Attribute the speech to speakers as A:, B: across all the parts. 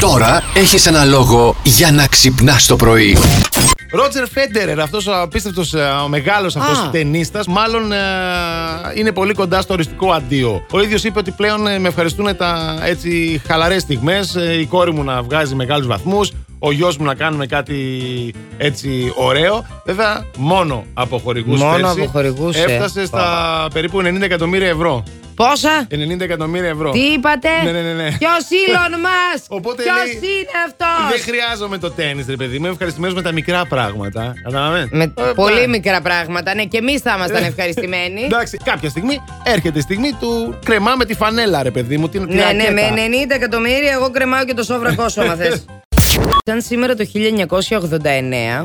A: Τώρα έχεις ένα λόγο για να ξυπνάς το πρωί.
B: Ρότζερ Φέντερερ, αυτός ο απίστευτος μεγάλος αυτός
C: Α.
B: ταινίστας, μάλλον ε, είναι πολύ κοντά στο οριστικό αντίο. Ο ίδιος είπε ότι πλέον ε, με ευχαριστούν τα έτσι χαλαρές στιγμές. Η κόρη μου να βγάζει μεγάλους βαθμούς, ο γιος μου να κάνουμε κάτι έτσι ωραίο. Βέβαια, μόνο από χορηγού
C: Μόνο από χορηγούς, ε.
B: Έφτασε στα περίπου 90 εκατομμύρια ευρώ.
C: Πόσα?
B: 90 εκατομμύρια ευρώ.
C: Τι είπατε?
B: Ναι, ναι, ναι, ναι.
C: Ποιος Elon Musk?
B: Οπότε
C: Ποιος
B: λέει,
C: είναι αυτός?
B: Δεν χρειάζομαι το τέννη, ρε παιδί μου. Είμαι ευχαριστημένος με τα μικρά πράγματα. Κατάλαβε.
C: Με
B: Ε,
C: πολύ
B: πράγμα.
C: μικρά πράγματα. Ναι, και εμείς θα ήμασταν ευχαριστημένοι.
B: Εντάξει, κάποια στιγμή έρχεται η στιγμή του κρεμάμε τη φανέλα, ρε παιδί μου. Την, την
C: ναι, ναι,
B: ρακέτα.
C: με 90 εκατομμύρια εγώ κρεμάω και το σόβρακό σου, άμα θες. Σαν σήμερα το 1989,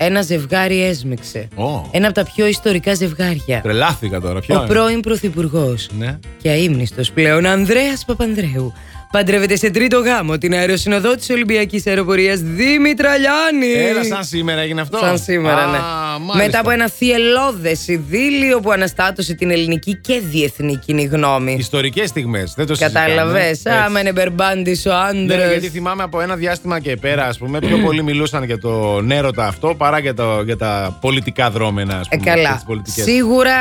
C: ένα ζευγάρι έσμιξε.
B: Ω.
C: Ένα από τα πιο ιστορικά ζευγάρια.
B: Τρελάθηκα τώρα, ποιο.
C: Ο
B: είναι?
C: πρώην Πρωθυπουργός
B: Ναι.
C: και αείμνηστος πλέον Ανδρέας Παπανδρέου παντρεύεται σε τρίτο γάμο την αεροσυνοδό τη Ολυμπιακής Αεροπορίας Δήμητρα Λιάννη.
B: Έλα, σαν σήμερα έγινε αυτό.
C: Ε, Σαν σήμερα,
B: Α,
C: ναι.
B: μάλιστα.
C: Μετά από ένα θυελώδε ειδήλιο που αναστάτωσε την ελληνική και διεθνή κοινή γνώμη.
B: Ιστορικές στιγμές. Δεν το συζητάμε. ναι.
C: Κατάλαβες.
B: Έτσι.
C: Άμενε μπερμπάντης ο
B: Ναι, ναι,
C: άντρα.
B: γιατί θυμάμαι από ένα διάστημα και πέρα, ας πούμε, πιο πολύ μιλούσαν για τον έρωτα αυτό παρά για, το, για τα πολιτικά δρόμενα, ας
C: Ε,
B: πούμε. και
C: καλά.
B: τις πολιτικές.
C: Σίγουρα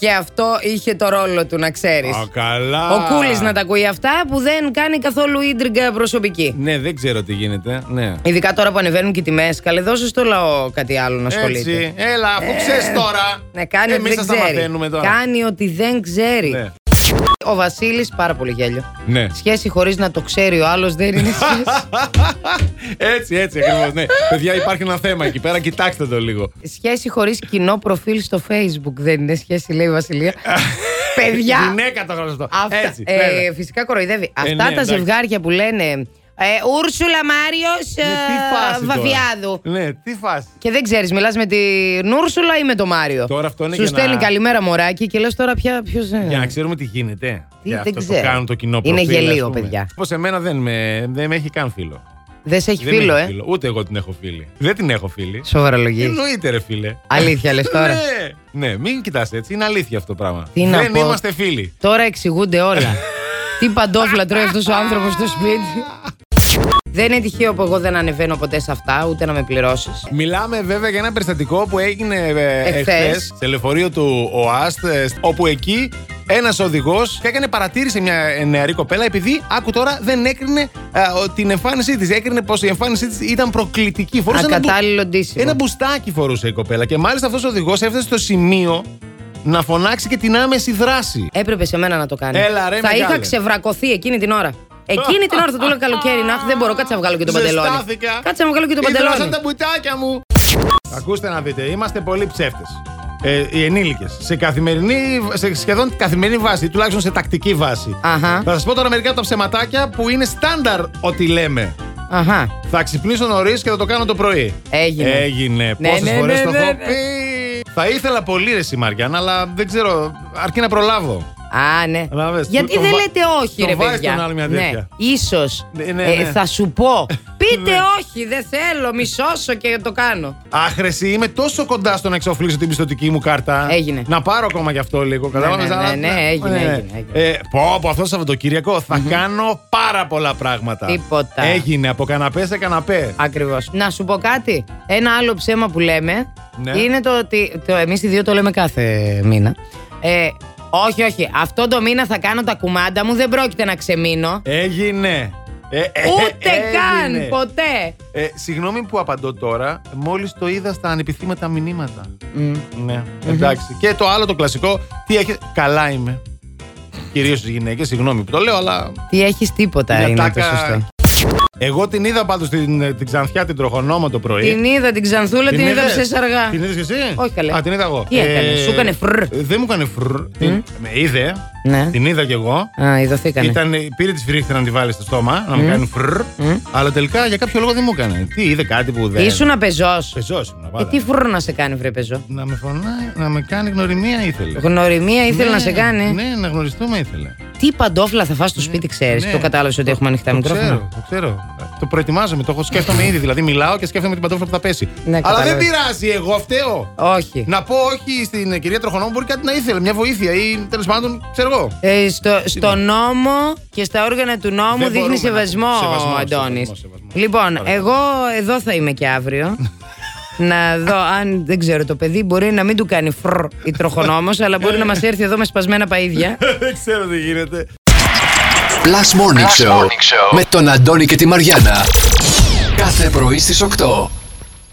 C: και αυτό είχε το ρόλο του, να ξέρεις.
B: Α, καλά.
C: Ο Κούλης να τα ακούει αυτά που δεν κάνει καθόλου ίντριγκα προσωπική.
B: Ναι, δεν ξέρω τι γίνεται. Ναι.
C: Ειδικά τώρα που ανεβαίνουν και οι τιμές, καλέ δώσε στο λαό κάτι άλλο να ασχολείται. Ε,
B: Έτσι. Έλα, αφού ξέρεις τώρα.
C: Ναι, κάνει
B: Εμείς
C: ότι
B: θα
C: δεν
B: τα
C: ξέρει.
B: μαθαίνουμε τώρα.
C: Κάνει ότι δεν ξέρει.
B: Ναι.
C: Ο Βασίλης, πάρα πολύ γέλιο.
B: ναι.
C: Σχέση χωρίς να το ξέρει ο άλλος δεν είναι σχέση.
B: έτσι, έτσι ακριβώς. Ναι. Παιδιά, υπάρχει ένα θέμα εκεί πέρα. Κοιτάξτε το λίγο.
C: σχέση χωρίς κοινό προφίλ στο Facebook δεν είναι σχέση, λέει η Βασιλεία. Παιδιά.
B: Γυναίκα το γράψα αυτό.
C: αυτά,
B: Έτσι.
C: ε,
B: βέβαια.
C: φυσικά κοροϊδεύει.
B: ναι,
C: Αυτά τα
B: εντάξει.
C: ζευγάρια που λένε. Ε, Ούρσουλα Μάριος
B: Ναι, τι φάση τώρα.
C: Βαφιάδου.
B: Ναι, τι φάση.
C: Και δεν ξέρεις, μιλάς με την Ούρσουλα ή με τον Μάριο.
B: Τώρα αυτό είναι
C: Σου
B: για να-
C: στέλνει καλημέρα μωράκι και λες τώρα πια ποιο.
B: Για να ξέρουμε τι γίνεται.
C: Τι,
B: Και
C: δεν
B: αυτό
C: ξέρω.
B: Το κάνουν το κοινό
C: Είναι
B: προφίλ,
C: γελίο,
B: ας πούμε.
C: παιδιά.
B: Πως εμένα δεν με, δεν με έχει καν φίλο.
C: Δεν σε έχει
B: Δεν με
C: φίλο,
B: έχει
C: ε.
B: Ούτε εγώ την έχω φίλη. Δεν την έχω φίλη.
C: Σοβαρά λογή.
B: Εννοείται, ρε φίλε.
C: Αλήθεια λες τώρα.
B: Ναι, ναι, μην κοιτάς έτσι. Είναι αλήθεια αυτό το πράγμα.
C: Τι να
B: δεν
C: πω.
B: είμαστε φίλοι.
C: Τώρα εξηγούνται όλα. Τι παντόφλα τρώει αυτός ο άνθρωπος στο σπίτι. δεν είναι τυχαίο που εγώ δεν ανεβαίνω ποτέ σε αυτά, ούτε να με πληρώσεις.
B: Μιλάμε βέβαια για ένα περιστατικό που έγινε
C: Εχθές.
B: εχθές σε λεωφορείο του ΟΑΣΤ, ε, όπου εκεί ένας οδηγός έκανε παρατήρηση μια ε, νεαρή κοπέλα, επειδή άκου τώρα δεν έκρινε ε, ο- την εμφάνισή της. Έκρινε πως η εμφάνισή της ήταν προκλητική. Φορούσε ένα, μπου-
C: Ακατάλληλο ντύσιμο.
B: ένα μπουστάκι φορούσε η κοπέλα. Και μάλιστα αυτός ο οδηγός έφτασε στο σημείο να φωνάξει και την άμεση δράση.
C: Έπρεπε σε μένα να το κάνει.
B: Έλα, ρε,
C: θα
B: μεγάλε.
C: είχα ξεβρακωθεί εκείνη την ώρα. Εκείνη την ώρα θα του λέω καλοκαίρι να δεν μπορώ, κάτσε να βγάλω και τον παντελόνι.
B: Ζεστάθηκα.
C: Κάτσε να βγάλω και τον
B: Ήδρωσα
C: παντελόνι.
B: τα μπουτάκια μου. Ακούστε να δείτε, είμαστε πολύ ψεύτες. Ε, οι ενήλικες. Σε, καθημερινή, σε σχεδόν καθημερινή βάση, τουλάχιστον σε τακτική βάση.
C: Αχα.
B: Θα σας πω τώρα μερικά από τα ψεματάκια που είναι στάνταρ ότι λέμε.
C: Αχα.
B: Θα ξυπνήσω νωρίς και θα το κάνω το πρωί.
C: Έγινε.
B: Έγινε.
C: Ναι,
B: Πόσες
C: ναι,
B: φορές
C: ναι,
B: το
C: ναι,
B: έχω
C: ναι.
B: πει. Θα ήθελα πολύ ρε Σιμαριάννα, αλλά δεν ξέρω. Αρκεί να προλάβω.
C: Α, ναι.
B: Καταλάβες,
C: Γιατί
B: τον
C: δεν
B: βα-
C: λέτε όχι,
B: τον
C: ρε
B: βάζεις
C: παιδιά. Ναι,
B: τον άλλο μια τέτοια.
C: Ίσως
B: Ναι, ναι,
C: ε,
B: ναι.
C: θα σου πω. Πείτε
B: Ναι.
C: όχι, δεν θέλω, μισώσω και το κάνω.
B: Άχρεση, είμαι τόσο κοντά στο να εξοφλήσω την πιστοτική μου κάρτα.
C: Έγινε.
B: Να πάρω ακόμα κι αυτό λίγο. Κατάλαβες.
C: ναι, ναι, ναι, έγινε, έγινε, έγινε.
B: Ε, πω, πω, αυτό το Σαββατοκύριακο θα κάνω πάρα πολλά πράγματα.
C: Τίποτα.
B: Έγινε από καναπές σε καναπέ.
C: Ακριβώς. Να σου πω κάτι. Ένα άλλο ψέμα που λέμε
B: Ναι.
C: είναι το ότι. Το, εμείς οι δύο το λέμε κάθε μήνα. Ε, όχι, όχι. Αυτό το μήνα θα κάνω τα κουμάντα μου. Δεν πρόκειται να ξεμείνω.
B: Έγινε. Ε, ε,
C: Ούτε
B: έγινε.
C: καν ποτέ.
B: Ε, συγγνώμη που απαντώ τώρα, μόλις το είδα στα ανεπιθύμητα μηνύματα.
C: Μμ.
B: Ναι, εντάξει. Και το άλλο το κλασικό, τι έχει. Καλά είμαι. Κυρίως στι γυναίκες, συγγνώμη που το λέω, αλλά
C: Τι έχεις τίποτα
B: Μια
C: είναι το
B: τάκα-
C: σωστό.
B: Εγώ την είδα πάντως την, την Ξανθιά την τροχονόμο το πρωί.
C: Την είδα την ξανθούλα, την, είδα
B: Ε. είδες?
C: ψες αργά.
B: Την είδες και εσύ?
C: Όχι, καλέ.
B: Α, την είδα εγώ.
C: Τι έκανε, σου έκανε φρρρ.
B: ε, Δεν μου έκανε φρρ. Την- Με είδε.
C: Ναι.
B: Την είδα κι εγώ.
C: Α, ειδωθήκανε.
B: Ήταν, πήρε τη σφυρίχτρα να τη βάλει στο στόμα, να μου κάνει φρρ. Αλλά τελικά για κάποιο λόγο δεν μου έκανε. Τι είδε κάτι που δεν.
C: Ήσουν απεζός.
B: Πεζό ήμουν
C: Ε,
B: πάντα.
C: τι φρουρ να σε κάνει, βρε πεζό.
B: Να με φωνάει, να με κάνει γνωριμία ήθελε.
C: Γνωριμία ήθελε
B: Ναι,
C: να σε κάνει.
B: Ναι, να γνωριστούμε ήθελε.
C: Τι παντόφλα θα φας στο σπίτι, ξέρεις.
B: ναι.
C: Το κατάλαβες ότι έχουμε ανοιχτά
B: Το
C: μικρόφωνα.
B: ξέρω, το ξέρω. Το προετοιμάζομαι, το έχω σκέφτομαι ήδη. Δηλαδή, μιλάω και σκέφτομαι την παντόφλα που θα πέσει.
C: Ναι,
B: Αλλά δεν
C: κατάλαβες.
B: πειράζει, εγώ φταίω.
C: Όχι.
B: Να πω όχι στην ε, κυρία Τροχονόμου, μπορεί κάτι να ήθελε, μια βοήθεια ή τέλος πάντων, ξέρω εγώ.
C: Ε, στο, στο νόμο και στα όργανα του νόμου
B: Δεν
C: δείχνει
B: μπορούμε να-
C: σεβασμό,
B: σεβασμό,
C: ο Αντώνης.
B: σεβασμό, σεβασμό.
C: Λοιπόν,
B: Ωραία.
C: εγώ εδώ θα είμαι και αύριο. να δω αν δεν ξέρω το παιδί μπορεί να μην του κάνει φρ η τροχονόμος αλλά μπορεί να μας έρθει εδώ με σπασμένα παΐδια
B: δεν ξέρω τι γίνεται.
A: Plus Morning, Show, με τον Αντώνη και τη Μαριάνα. Κάθε πρωί στις 8.